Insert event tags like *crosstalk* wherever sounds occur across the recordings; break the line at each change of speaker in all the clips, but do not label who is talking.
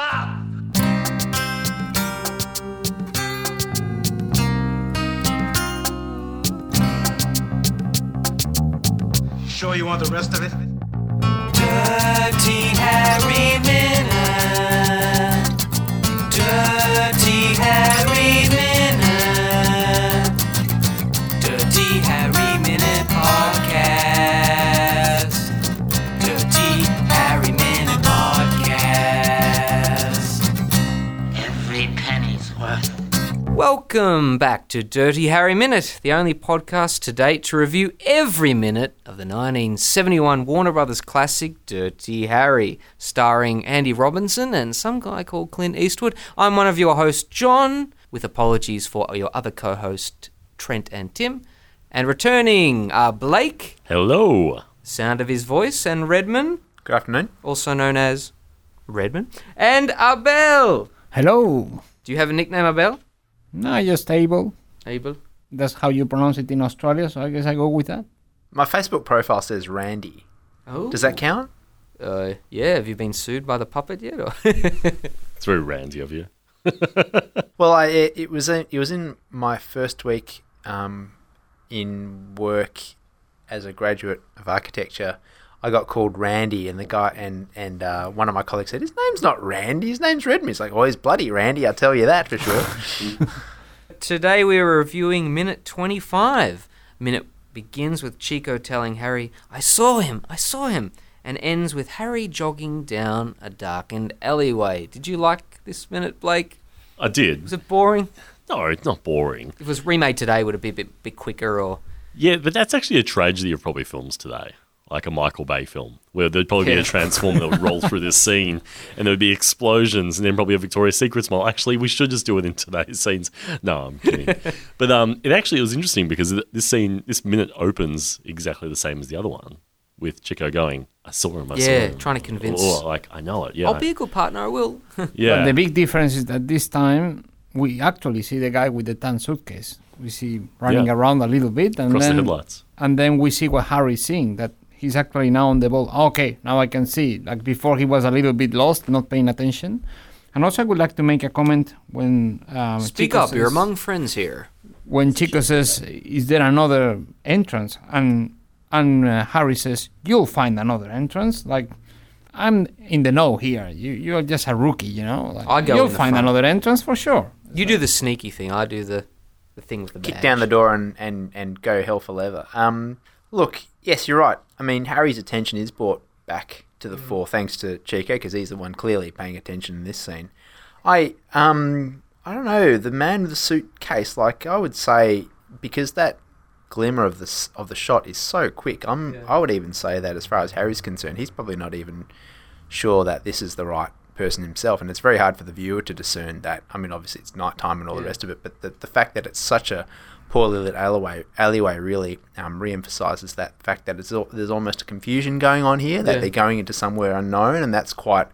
Stop! Sure you want the rest of it?
Dirty Harry Minute. Dirty Harry Minute. Dirty Harry Minute Podcast. Dirty Harry Minute Podcast.
Every penny's worth.
Welcome back to Dirty Harry Minute, the only podcast to date to review every minute of the 1971 Warner Brothers classic Dirty Harry, starring Andy Robinson and some guy called Clint Eastwood. I'm one of your hosts, John, with apologies for your other co host, Trent and Tim. And returning are Blake,
Hello.
sound of his voice, and Redman,
Good afternoon.
also known as Redman, and Abel.
Hello.
Do you have a nickname, Abel?
No, just table.
Abel?
That's how you pronounce it in Australia, so I guess I go with that.
My Facebook profile says Randy.
Oh.
Does that count?
Uh, yeah, have you been sued by the puppet yet? Or *laughs*
It's very randy of you.
Well, I, it, it was in, it was in my first week um, in work as a graduate of architecture. I got called Randy, and the guy and and uh, one of my colleagues said his name's not Randy, his name's Redmond. He's like, oh, he's bloody Randy, I tell you that for sure.
Today we're reviewing minute 25. Minute begins with Chico telling Harry, I saw him, I saw him, and ends with Harry jogging down a darkened alleyway. Did you like this minute, Blake?
I
Was
did.
it boring?
No, it's not boring.
If it was remade today, would it be a bit, bit quicker or.
Yeah, but that's actually a tragedy of probably films today, like a Michael Bay film, where there'd probably be
Yeah.
a transformer that would roll through this scene, and there would be explosions, and then probably a Victoria's Secret smile. Actually, we should just do it in today's scenes. No,
*laughs*
I'm kidding. but um, it actually was interesting because th- this scene, this minute opens exactly the same as the other one, with Chico going, "I saw him." I saw
Yeah,
him,"
trying to convince-
Or like, I know it. Yeah,
I'll be a good partner, I *laughs* will.
yeah.
But the big difference is that this time we actually see the guy with the tan suitcase. We see running
Yeah.
around a little bit, and
Across the
then
headlights.
and then we see what Harry's seeing. That he's actually now on the ball. Ah, Okay, now I can see. Like before, he was a little bit lost, not paying attention. And also, I would like to make a comment when um,
Speak
Chico
up, you're
says-
among friends here.
when Chico says, "Is there another entrance?" and and uh, Harry says, "You'll find another entrance." Like I'm in the know here. You you're just a rookie, you know. Like,
I go
you'll
in the
find
front.
another entrance for sure.
You do the sneaky thing, I do the, the thing with the
Kick
badge.
down the door and, and, and go hell for leather. Um, look, yes, you're right. I mean, Harry's attention is brought back to the fore thanks to Chico because he's the one clearly paying attention in this scene. I um, I don't know the man with the suitcase. Like I would say, because that glimmer of the s- of the shot is so quick. I'm I would even say that as far as Harry's concerned, he's probably not even sure that this is the right person himself and it's very hard for the viewer to discern that i mean obviously it's night time and all the rest of it but the, the fact that it's such a poorly lit alleyway alleyway really um, re-emphasizes that fact that it's al- there's almost a confusion going on here that
Yeah.
they're going into somewhere unknown and that's quite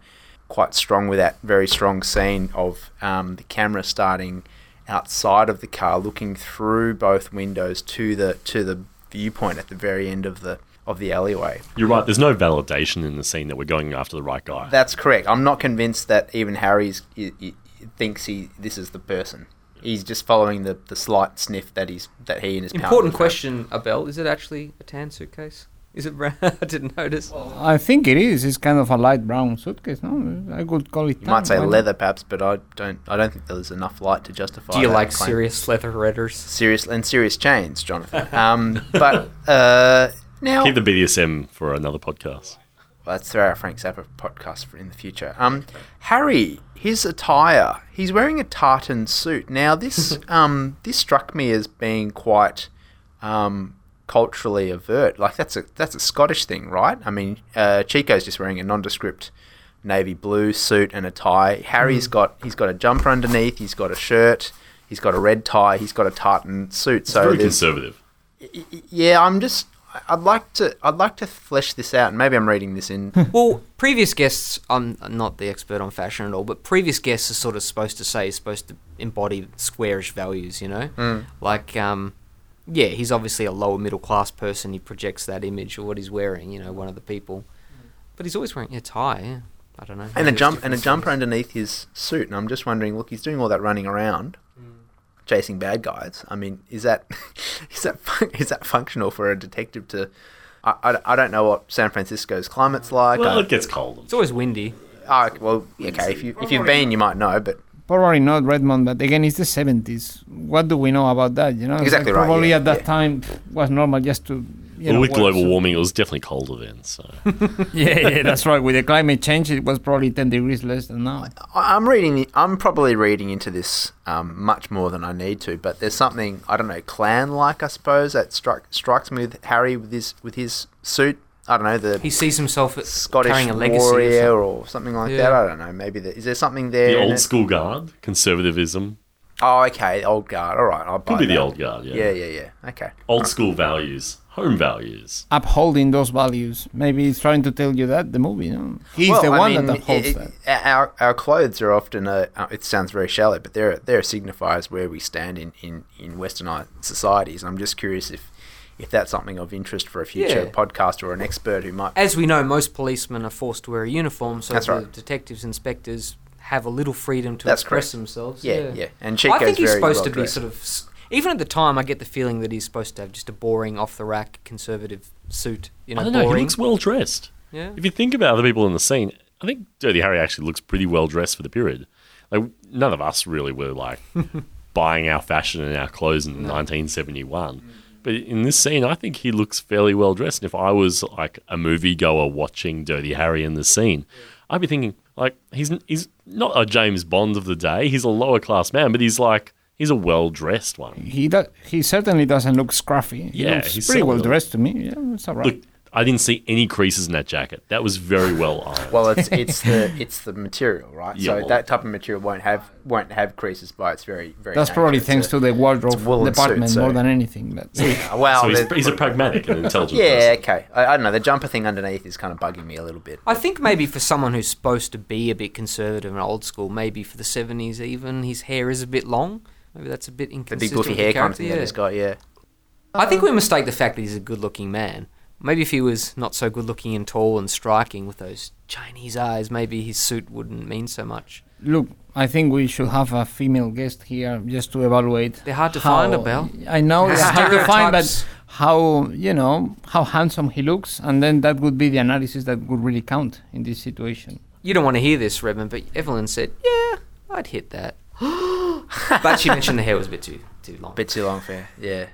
quite strong with that very strong scene of um, the camera starting outside of the car looking through both windows to the to the viewpoint at the very end of the of the alleyway
You're right. There's no validation in the scene that we're going after the right guy.
That's correct. I'm not convinced that even Harry's i i thinks he this is the person. He's just following the, the slight sniff that he's that he and his pal
Important
have.
question, Abel. Is it actually a tan suitcase? Is it brown? *laughs* I didn't notice.
I think it is. It's kind of a light brown suitcase. No, I could call it.
You might
tan,
say
why not?
leather, perhaps, but I don't I don't think there's enough light to justify.
Do you
that
like
claim.
serious
*laughs*
leather redders?
serious and serious chains,
*laughs*
Jonathan? um, but uh, now
Keep the BDSM for another podcast.
Let's throw our Frank Zappa podcast for in the future. Um, Harry, his attire. He's wearing a tartan suit. Now, this um, this struck me as being quite um, culturally overt. Like that's a that's a Scottish thing, right? I mean, uh, Chico's just wearing a nondescript navy blue suit and a tie. Harry's got he's got a jumper underneath. He's got a shirt. He's got a red tie. He's got a tartan suit. so
Very
there's-
conservative.
yeah, I'm just. I'd like to. I'd like to flesh this out. and Maybe I'm reading this in
Well, previous guests, I'm not the expert on fashion at all, but previous guests are sort of supposed to say, supposed to embody squarish values, you know?
Mm.
Like, um, yeah, he's obviously a lower middle class person. He projects that image of what he's wearing, you know, one of the people. But he's always wearing a tie, yeah. I don't know.
and
Maybe
a
it's
jump and
different
a jumper
stories.
underneath his suit. And I'm just wondering, look, he's doing all that running around,
Mm.
chasing bad guys. I mean, is that *laughs* is that fun, is that functional for a detective to? I, I, I don't know what San Francisco's climate's like.
Well,
I-
it gets cold.
It's always windy.
Ah, well, okay. If you if you've been, you might know, but
Probably not Redmond, but again, it's the 70s. What do we know about that? You know, It's
Exactly right,
Probably
yeah,
at that
yeah.
time pff, was normal just to. You
Well,
know,
with
wear
global
suit.
warming, it was definitely colder then. So
*laughs* Yeah, yeah, that's right. With the climate change, it was probably 10 degrees less than now.
I- I'm reading. I'm probably reading into this um, much more than I need to. But there's something I don't know, clan-like, I suppose, that strike strikes me with Harry with his with his suit. I don't know the
He sees himself at
Scottish
carrying a legacy. or
warrior or something like that.
Yeah.
I don't know. Maybe there, is there something there?
the
in
old
it?
school guard, conservatism,
Oh, okay, old guard. All right, I'll buy
could be the
that.
old guard. Yeah.
Yeah, yeah, yeah. Okay.
Old school values, home values.
Upholding those values. Maybe it's trying to tell you that, the movie. You know? He's the one that upholds
it-
that.
it- Our, our clothes are often a. uh, It sounds very shallow, but they're they're signifiers where we stand in in in Westernized societies. I'm just curious if if that's something of interest for a future
Yeah.
podcast or an expert who might.
As we know, most policemen are forced to wear a uniform, so
That's
the
right.
detectives, inspectors have a little freedom to
That's
express
correct.
themselves.
Yeah, yeah, And Chico's
I think he's
very
supposed to be
well-dressed.
sort of. s- Even at the time, I get the feeling that he's supposed to have just a boring, off-the-rack, conservative suit. You know,
I don't know.
boring.
He looks well dressed.
Yeah.
If you think about other people in the scene, I think Dirty Harry actually looks pretty well dressed for the period. Like none of us really were like buying our fashion and our clothes in 1971. But in this scene, I think he looks fairly well dressed. And if I was like a moviegoer watching Dirty Harry in the scene, I'd be thinking like he's he's not a James Bond of the day. He's a lower class man, but he's like he's a well dressed one.
He do- he certainly doesn't look scruffy. He
Yeah,
looks
he's
pretty
certainly
well
not.
dressed to me. Yeah, it's all right.
Look, I didn't see any creases in that jacket. That was very well ironed.
Well,
*laughs*
it's it's the it's the material, right?
Yeah,
so
well-
that type of material won't have won't have creases by its very very.
That's probably thanks to the wardrobe
it's a woolen suit,
department
so-
more than anything. But
*laughs* to. uh, Well,
so he's,
the-
he's a pragmatic and intelligent
*laughs* yeah,
person.
okay. I, I don't know. The jumper thing underneath is kind of bugging me a little bit.
I think maybe for someone who's supposed to be a bit conservative and old school, maybe for the seventies even, his hair is a bit long. Maybe that's a bit
The
inconsistent.
big goofy
with
hair kind of
character,
thing that he's got, yeah.
I think we mistake the fact that he's a good-looking man. Maybe if he was not so good-looking and tall and striking with those Chinese eyes, maybe his suit wouldn't mean so much.
look, I think we should have a female guest here just to evaluate.
They're hard to
how-
find, Abel.
I know it's hard to find,
Stereotypes.
but how you know how handsome he looks, and then that would be the analysis that would really count in this situation.
You don't want to hear this, Redmond, but Evelyn said, "Yeah, I'd hit that." but she mentioned the hair was a bit too too long.
Bit too long for you, yeah.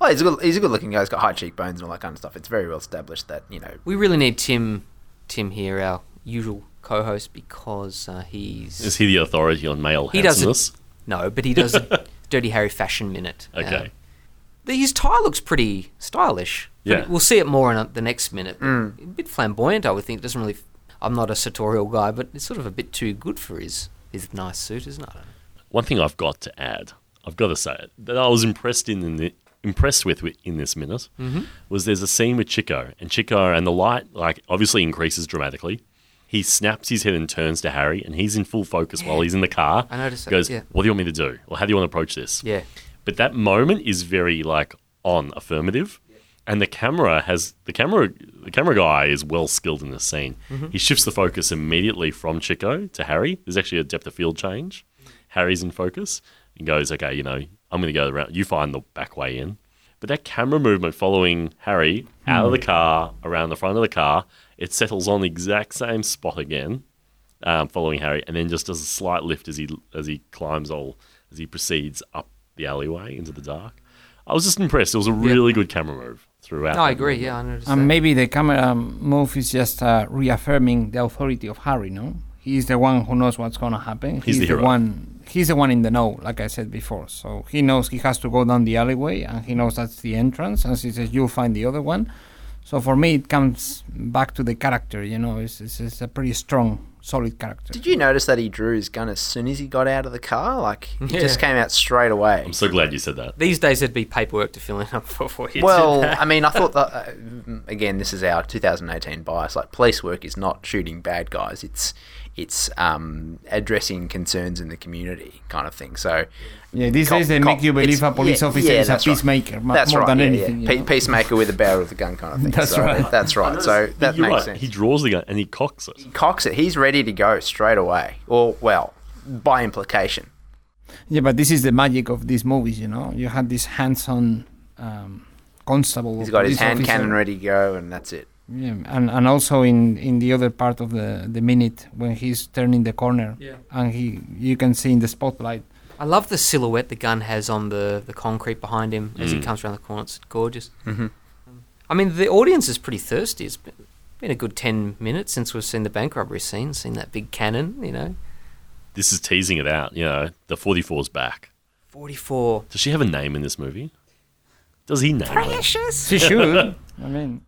Well, he's a good, he's a good looking guy. He's got high cheekbones and all that kind of stuff. It's very well established that you know.
we really need Tim, Tim here, our usual co-host, because uh, he's
Is he the authority on male
He doesn't-
handsomeness?
No, but he does a Dirty Harry fashion minute. Uh,
Okay.
the- his tie looks pretty stylish. Pretty-
Yeah.
We'll see it more in uh, the next minute. but A bit flamboyant, I would think. It doesn't really. I'm not a sartorial guy, but it's sort of a bit too good for his his nice suit, isn't it?
One thing I've got to add, I've got to say it, that I was impressed in, in the, impressed with wi- in this minute
Mm-hmm.
was there's a scene with Chico and Chico and the light like obviously increases dramatically. He snaps his head and turns to Harry, and he's in full focus while he's in the car.
I noticed that,
Goes,
yeah.
what do you want me to do? Or how do you want to approach this?
Yeah.
But that moment is very like on affirmative, and the camera has the camera the camera guy is well skilled in this scene. He shifts the focus immediately from Chico to Harry. There's actually a depth of field change. Harry's in focus and goes, okay, you know, I'm going to go around. You find the back way in. But that camera movement following Harry out of the car around the front of the car, it settles on the exact same spot again um, following Harry, and then just does a slight lift as he as he climbs all as he proceeds up the alleyway into the dark. I was just impressed. It was a really good camera move throughout.
No, I
that
agree.
movie.
Yeah, I noticed.
And
that.
maybe the camera move is just uh, reaffirming the authority of Harry. No, he's the one who knows what's gonna happen.
He's the hero.
one. He's the one in the know, like I said before. So he knows he has to go down the alleyway, and he knows that's the entrance. And he says, "You'll find the other one." So for me, it comes back to the character. You know, it's, it's, it's a pretty strong, solid character.
Did you notice that he drew his gun as soon as he got out of the car? Like he
Yeah.
just came out straight away.
I'm so glad you said that.
These days there'd be paperwork to fill in *laughs* up for for you.
well, I mean, I thought
*laughs*
that uh, again. This is our 2018 bias. Like police work is not shooting bad guys. It's it's um, addressing concerns in the community kind of thing. So
Yeah, these
cop-
days they make
cop-
you believe
it's-
a police
yeah,
officer
yeah,
is a
that's right.
peacemaker mu-
That's
more
right.
than
yeah, yeah.
anything. you
Pe-
know.
Peacemaker with a barrel of the gun kind of thing.
*laughs* That's
So
right.
That's right. So that
You're
makes
right.
sense.
He draws the gun and he cocks it.
cocks it. He's ready to go straight away. Or well, by implication.
Yeah, but this is the magic of these movies, you know. You had this hands-on um, constable.
He's
or
got his
police
hand
officer.
cannon ready to go, and that's it.
Yeah, and, and also in, in the other part of the, the minute when he's turning the corner,
Yeah.
and he you can see in the
*laughs*
spotlight.
I love the silhouette the gun has on the, the concrete behind him as he
Mm.
comes around the corner. It's gorgeous.
Mhm.
I mean, the audience is pretty thirsty. It's been, been a good 10 minutes since we've seen the bank robbery scene, seen that big cannon, you know.
This is teasing it out. You know, the 44's back.
44.
Does she have a name in this movie? Does he name her?
She should. I mean,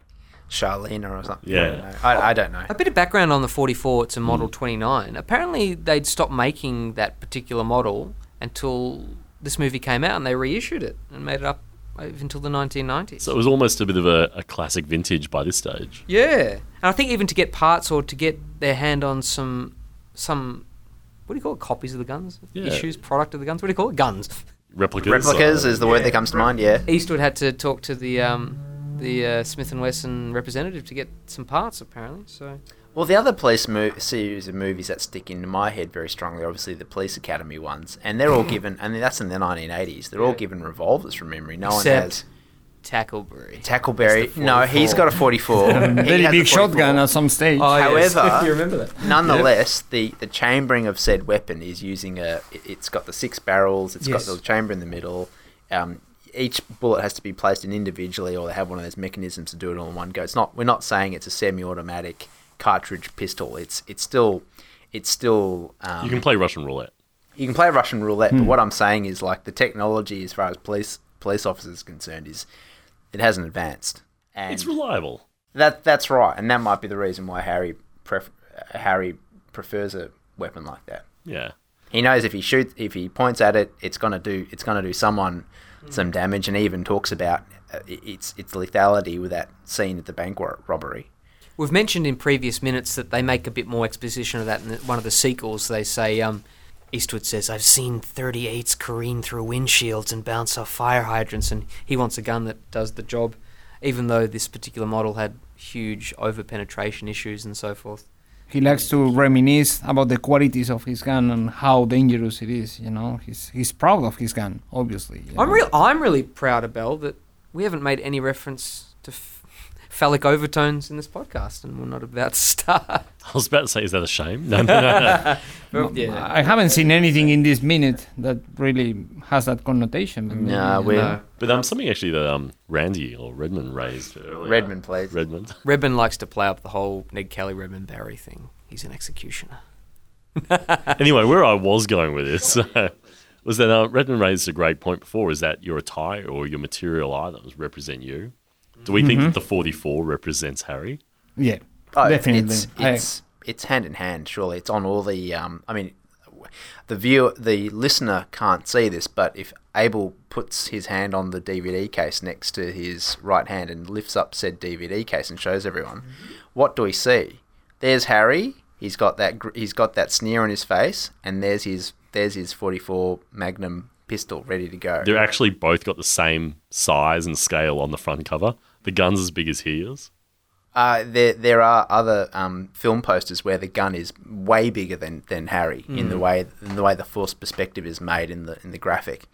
Charlena or something.
Yeah.
I don't know. I, I don't know.
A bit of background on the 44,
Hmm.
it's a Model 29. Apparently, they'd stopped making that particular model until this movie came out and they reissued it and made it up over until the 1990s.
So it was almost a bit of a, a classic vintage by this stage.
Yeah, and I think even to get parts or to get their hand on some some what do you call it? Copies of the guns,
Yeah.
issues, product of the guns. What do you call it? Guns.
Replicas.
Replicas
uh,
is the word that comes to mind. Yeah.
Eastwood had to talk to the um, the uh, Smith and Wesson representative to get some parts, apparently. So
Well, the other police mo- series of movies that stick into my head very strongly, are obviously the Police Academy ones, and they're all given, and that's in the 1980s. They're all given revolvers from memory. No one
Except
has
Tackleberry. That's
Tackleberry.
the
No, he's
44.
got a 44. He
*laughs*
has
very
a 44.
big shotgun at
*laughs*
some stage.
yes. However- You
remember that?
Nonetheless, the, the chambering of said weapon is using a. it- It's got the six barrels. It's
Yes.
got the chamber in the middle. Um, each bullet has to be placed in individually, or they have one of those mechanisms to do it all in one go. It's not. We're not saying it's a semi-automatic cartridge pistol. It's it's still it's still. Um,
You can Hmm. play Russian roulette.
you can play Russian roulette, but what I'm saying is like the technology, as far as police police officers is concerned, is it hasn't advanced. And
It's reliable.
that that's right, and that might be the reason why Harry pref- uh, Harry prefers a weapon like that.
Yeah. *laughs*
He knows if he shoots, if he points at it, it's gonna do it's gonna do someone some damage, and he even talks about uh, i- its its lethality with that scene at the bank ro- robbery.
We've mentioned in previous minutes that they make a bit more exposition of that in the- one of the sequels. They say, um, Eastwood says, I've seen 38s careen through windshields and bounce off fire hydrants, and he wants a gun that does the job, even though this particular model had huge overpenetration issues and so forth.
He likes to reminisce about the qualities of his gun and how dangerous it is. You know, he's he's proud of his gun, obviously. you
I'm
know.
real. I'm really proud, Abel, that we haven't made any reference to f- phallic overtones in this podcast, and we're not about to *laughs* start.
I was about to say, is that a shame? No, no, no.
I haven't seen anything in this minute that really has that connotation. but maybe,
No,
you
we
know.
But um, something actually that um, Randy or Redmond raised earlier.
Redmond plays.
Redmond. *laughs*
Redmond likes to play up the whole Ned Kelly, Redmond Barry thing. He's an executioner.
anyway, where I was going with this *laughs* was that uh, Redmond raised a great point before is that your attire or your material items represent you. Do we think that the 44 represents Harry?
yeah,
Oh,
definitely.
It's
I-
it's, it's hand in hand. Surely it's on all the. Um, I mean, the viewer, the listener can't see this, but if Abel puts his hand on the DVD case next to his right hand and lifts up said DVD case and shows everyone, what do we see? There's Harry. He's got that. gr- He's got that sneer on his face, and there's his. There's his 44 Magnum pistol ready to go.
They're actually both got the same size and scale on the front cover. The gun's as big as he is.
Uh, there, there are other um, film posters where the gun is way bigger than, than Harry in the way in the way the forced perspective is made in the in the graphic,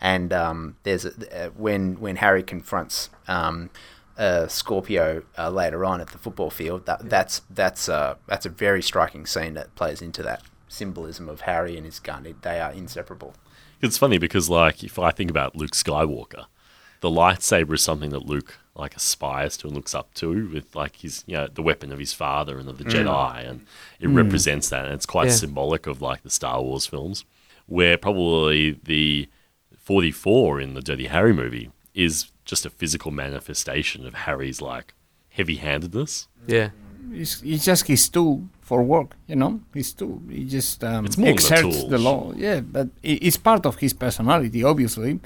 and um, there's a, uh, when when Harry confronts um, uh, Scorpio uh, later on at the football field. That, That's that's uh, that's a very striking scene that plays into that symbolism of Harry and his gun. It, they are inseparable.
It's funny because, like, if I think about Luke Skywalker, the lightsaber is something that Luke like aspires to and looks up to with like his you know the weapon of his father and of the Jedi, and it represents that, and it's quite
Mm. Yeah.
symbolic of like the Star Wars films, where probably the 44 in the Dirty Harry movie is just a physical manifestation of Harry's like heavy-handedness.
Yeah.
It's, it's just his tool for work, you know. His tool. He just um,
It's more than a
exerts
tool.
the law. Yeah, but i- it's part of his personality, obviously.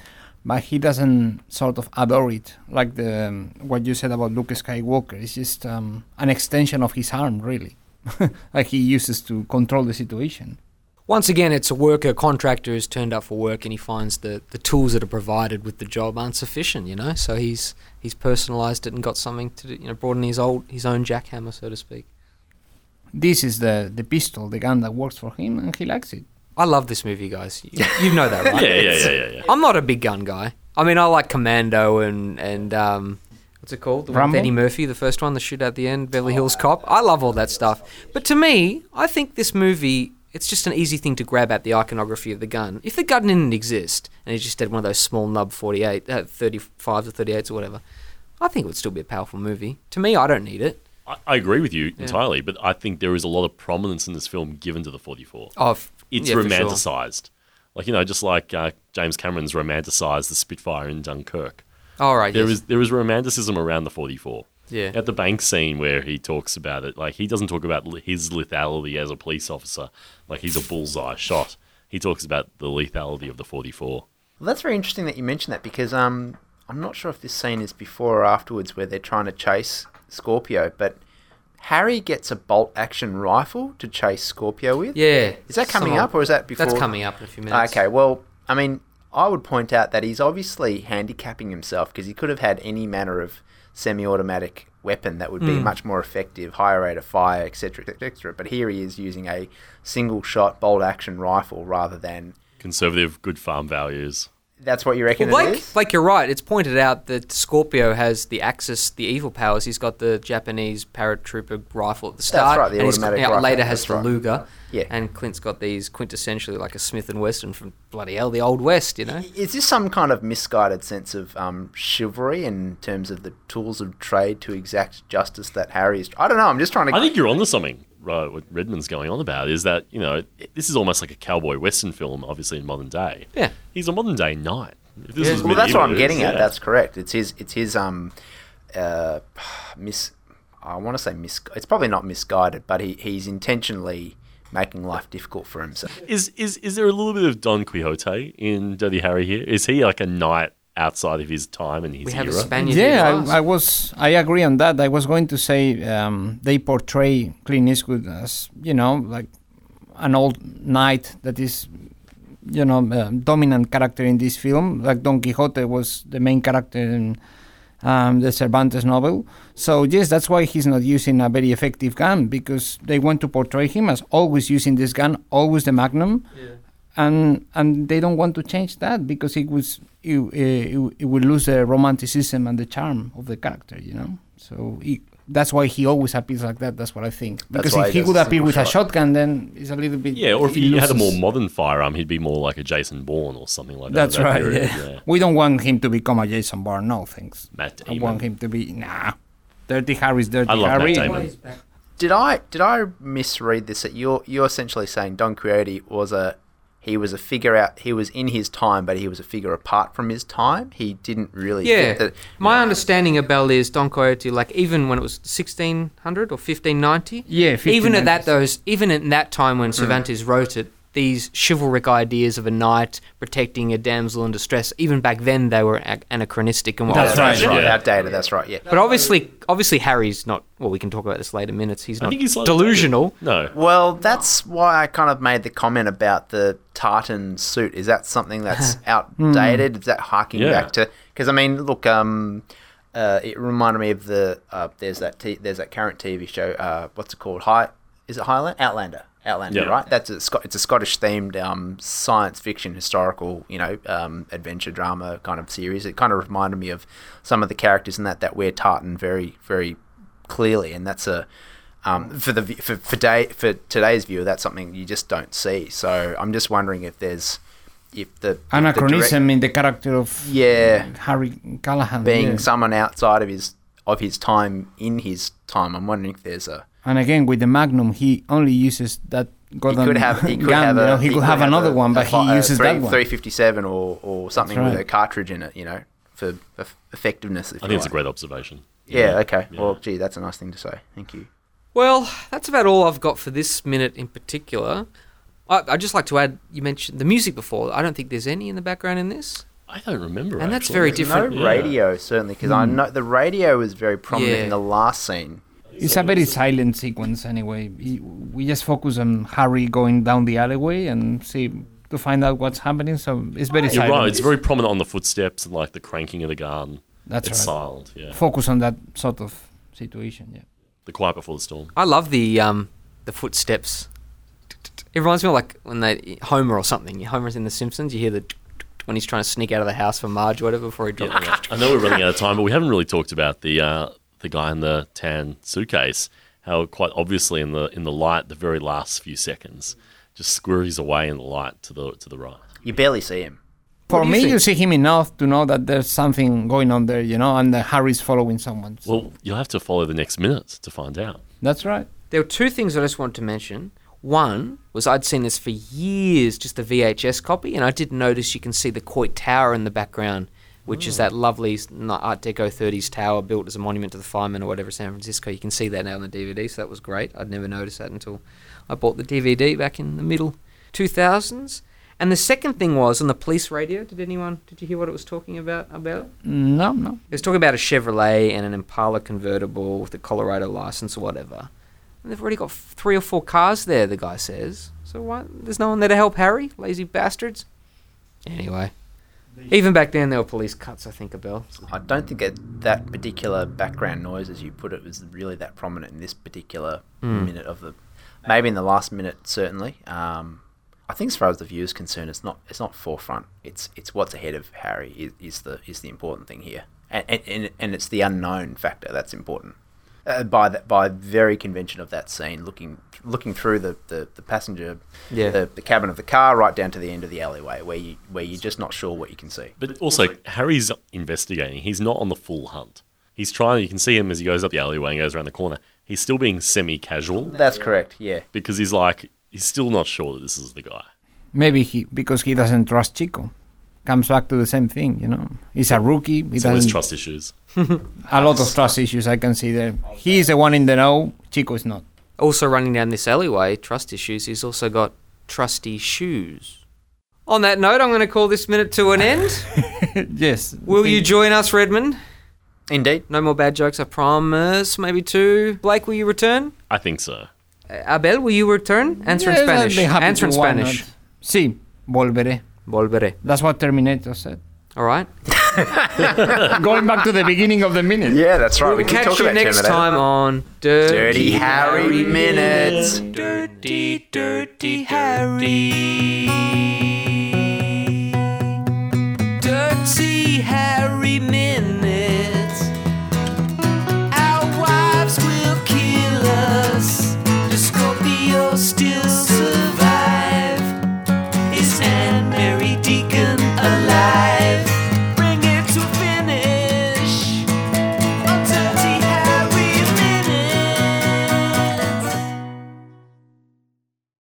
But he doesn't sort of adore it, like the um, what you said about Luke Skywalker. It's just um, an extension of his arm, really. *laughs* like he uses to control the situation.
Once again, it's a worker contractor who's turned up for work and he finds the, the tools that are provided with the job aren't sufficient, you know. So he's he's personalised it and got something to do, you know broaden his old his own jackhammer, so to speak.
This is the the pistol, the gun that works for him, and he likes it.
I love this movie, guys. You, you know
*laughs*
that, right?
Yeah, yeah, yeah, yeah, yeah.
I'm not a big gun guy. I mean, I like Commando and and um, what's it called? The one with
Rambo?
Eddie Murphy, the first one, the shoot at the end, Beverly Hills Cop. I love all that stuff. But to me, I think this movie. It's just an easy thing to grab at the iconography of the gun. If the gun didn't exist and it just had one of those small nub 48, uh, 35s or 38s or whatever, I think it would still be a powerful movie. To me, I don't need it.
I, I agree with you entirely, but I think there is a lot of prominence in this film given to the 44.
Oh, f-
it's
yeah, for sure.
romanticized. Like, you know, just like uh, James Cameron's romanticized the Spitfire in Dunkirk.
All right.
There
yes.
is there is romanticism around the 44.
Yeah.
At the bank scene where he talks about it, like he doesn't talk about li- his lethality as a police officer, like he's a bullseye shot. He talks about the lethality of the 44.
Well, that's very interesting that you mentioned that because um, I'm not sure if this scene is before or afterwards where they're trying to chase Scorpio, but Harry gets a bolt action rifle to chase Scorpio with.
Yeah.
Is that coming
Someone-
up or is that before? Ah,
That's coming up in a few minutes.
Okay, well, I mean, I would point out that he's obviously handicapping himself because he could have had any manner of semi-automatic weapon that would
Hmm.
be much more effective, higher rate of fire, etc., etc. But here he is using a single-shot bolt-action rifle rather than.
Conservative, good farm values.
That's what you reckon
Well,
it
Blake,
is?
Blake, you're right. It's pointed out that Scorpio has the Axis, the evil powers. He's got the Japanese paratrooper rifle at the start.
right, the
and he's-
automatic
yeah,
rifle,
Later has
that's
the
right.
Luger.
Yeah.
And Clint's got these quintessentially like a Smith and Wesson from bloody hell, the old west, you know.
Is this some kind of misguided sense of um, chivalry in terms of the tools of trade to exact justice that Harry is? I don't know. I'm just trying to.
I think you're onto something, right? What Redmond's going on about is that, you know, this is almost like a cowboy western film, obviously, in modern day.
Yeah.
He's a modern day knight. If this
Yeah.
was
well, that's what I'm
medieval,
getting at.
yeah.
That's correct. It's his. It's his. Um, uh, *sighs* mis. I want to say mis. It's probably not misguided, but he, he's intentionally making life difficult for himself.
Is is is there a little bit of Don Quixote in Dirty Harry here? Is he like a knight outside of his time and his
We
era?
have a Spaniard.
yeah,
here.
I, I was. I agree on that. I was going to say um, they portray Clint Eastwood as you know like an old knight that is you know um, dominant character in this film. Like Don Quixote was the main character in um, the Cervantes novel. So yes, that's why he's not using a very effective gun because they want to portray him as always using this gun, always the Magnum and and they don't want to change that because it was it, it, it would lose the romanticism and the charm of the character, you know. So it, that's why he always appears like that. That's what I think. Because
why
if he
he does
would
the
appear
single
with a
shot.
shotgun, then it's a little bit.
Yeah, or if
it
he had a more
loses-
modern firearm, he'd be more like a Jason Bourne or something like that.
That's
at that
right.
period,
yeah. We don't want him to become a Jason Bourne. No thanks.
Matt
I
Damon.
want him to be nah. Dirty Harry's dirty
I love Matt
Harry.
Damon.
Did I did I misread this? That you're you're essentially saying Don Quixote was a he was a figure out. He was in his time, but he was a figure apart from his time. He didn't really.
Yeah.
fit the-
My understanding about is Don Quixote, like even when it was 1600 or 1590.
Yeah,
Even at that
1590s.
those, even in that time when Cervantes wrote it, these chivalric ideas of a knight protecting a damsel in distress, even back then they were ac- anachronistic and what.
That's right.
That's right.
Yeah.
Outdated. That's right. Yeah.
But obviously, obviously Harry's not. Well, we can talk about this later minutes. He's
I
not
think he's like
delusional.
No.
Well, that's why I kind of made the comment about the tartan suit. Is that something that's outdated? Is that harking
Yeah.
back to? Because I mean, look, um, uh, it reminded me of the uh, there's that t- there's that current TV show. Uh, what's it called? High is it Highland? Outlander. Outlander,
Yeah.
right? That's a Sc- it's a Scottish themed um, science fiction historical, you know, um, adventure drama kind of series. It kind of reminded me of some of the characters in that that wear tartan very very clearly, and that's a um, for the vi- for for, day, for today's viewer, that's something you just don't see. So I'm just wondering if there's if the if the direct-
Anachronism in the character of
yeah,
Harry Callahan
being
yeah.
someone outside of his of his time in his time. I'm wondering if there's a
And again, with the Magnum, he only uses that golden
could have
*laughs*
he could
gun.
have
you know,
a,
he, could, have, another
a-
one,
a
but
fi-
he
a
uses
three,
that one.
357 or or something with
right.
a cartridge in it. You know, for, for effectiveness. If
I
you
think it's a
like.
great observation.
Yeah. Okay. Well, gee, that's a nice thing to say. Thank you.
Well, that's about all I've got for this minute in particular. I, I'd just like to add, you mentioned the music before. I don't think there's any in the background in this.
I don't remember.
And that's
actually.
very different.
Hmm.
No radio, certainly, because I know the radio is very prominent
Yeah.
in the last scene.
It's a very silent sequence, anyway. Y- We just focus on Harry going down the alleyway and see to find out what's happening. So it's very
You're
silent.
right. It's very prominent on the footsteps and like the cranking of the garden.
That's
it's
right.
silent. Yeah,
Focus on that sort of situation. Yeah.
the quiet before the storm.
I love the um, the footsteps. It reminds me of like when they Homer or something. Homer's in The Simpsons. You hear the when he's trying to sneak out of the house for Marge or whatever before he drops.
Yeah, I know we're running out of time, but we haven't really talked about the uh, the guy in the tan suitcase. How quite obviously in the in the light, the very last few seconds, just squirries away in the light to the to the right.
You barely see him.
For
do you
me, you
think?
see him enough to know that there's something going on there, you know, and that Harry's following someone. So
Well, you'll have to follow the next minute to find out.
that's right.
There were two things I just wanted to mention. One was I'd seen this for years, just the VHS copy, and I did notice you can see the Coit Tower in the background, which is that lovely s- n- Art Deco 30s tower built as a monument to the firemen or whatever, San Francisco. You can see that now on the DVD, so that was great. I'd never noticed that until I bought the DVD back in the middle 2000s. And the second thing was on the police radio. Did anyone? Did you hear what it was talking about? About it?
No, no.
It was talking about a Chevrolet and an Impala convertible with a Colorado license or whatever. And they've already got f- three or four cars there, the guy says. So why? There's no one there to help Harry, lazy bastards. Anyway, even back then there were police cuts. I think about.
I don't think that that particular background noise, as you put it, was really that prominent in this particular minute of the. Maybe in the last minute, certainly. Um, I think, as far as the view is concerned, it's not it's not forefront. It's it's what's ahead of Harry is, is the is the important thing here, and and, and and it's the unknown factor that's important. Uh, by that by very convention of that scene, looking looking through the, the, the passenger,
Yeah.
the, the cabin of the car, right down to the end of the alleyway, where you where you're just not sure what you can see.
But also, Harry's investigating. He's not on the full hunt. He's trying. You can see him as he goes up the alleyway and goes around the corner. He's still being semi-casual
That's correct. Yeah.
because he's like he's still not sure that this is the guy.
Maybe he because he doesn't trust Chico. Comes back to the same thing, you know. He's a rookie. He
He's got his
doesn't,
trust issues.
a lot of trust issues I can see there. He's the one in the know. Chico is not.
Also running down this alleyway, trust issues. He's also got trusty shoes. On that note, I'm going to call this minute to an end.
yes.
Will you join us, Redmond?
Indeed.
No more bad jokes, I promise. Maybe two. Blake, will you return?
I think so.
Uh, Abel, will you return? Answer in Spanish. Answer in Spanish.
Sí, volveré.
Volveré.
That's what
*laughs*
Terminator said.
All right.
Going back to the beginning of the minute.
Yeah, that's right.
We'll
keep
catch
talking
you
about
next
Terminator.
time on Dirty,
Dirty Harry minutes.
Dirty, Dirty Harry.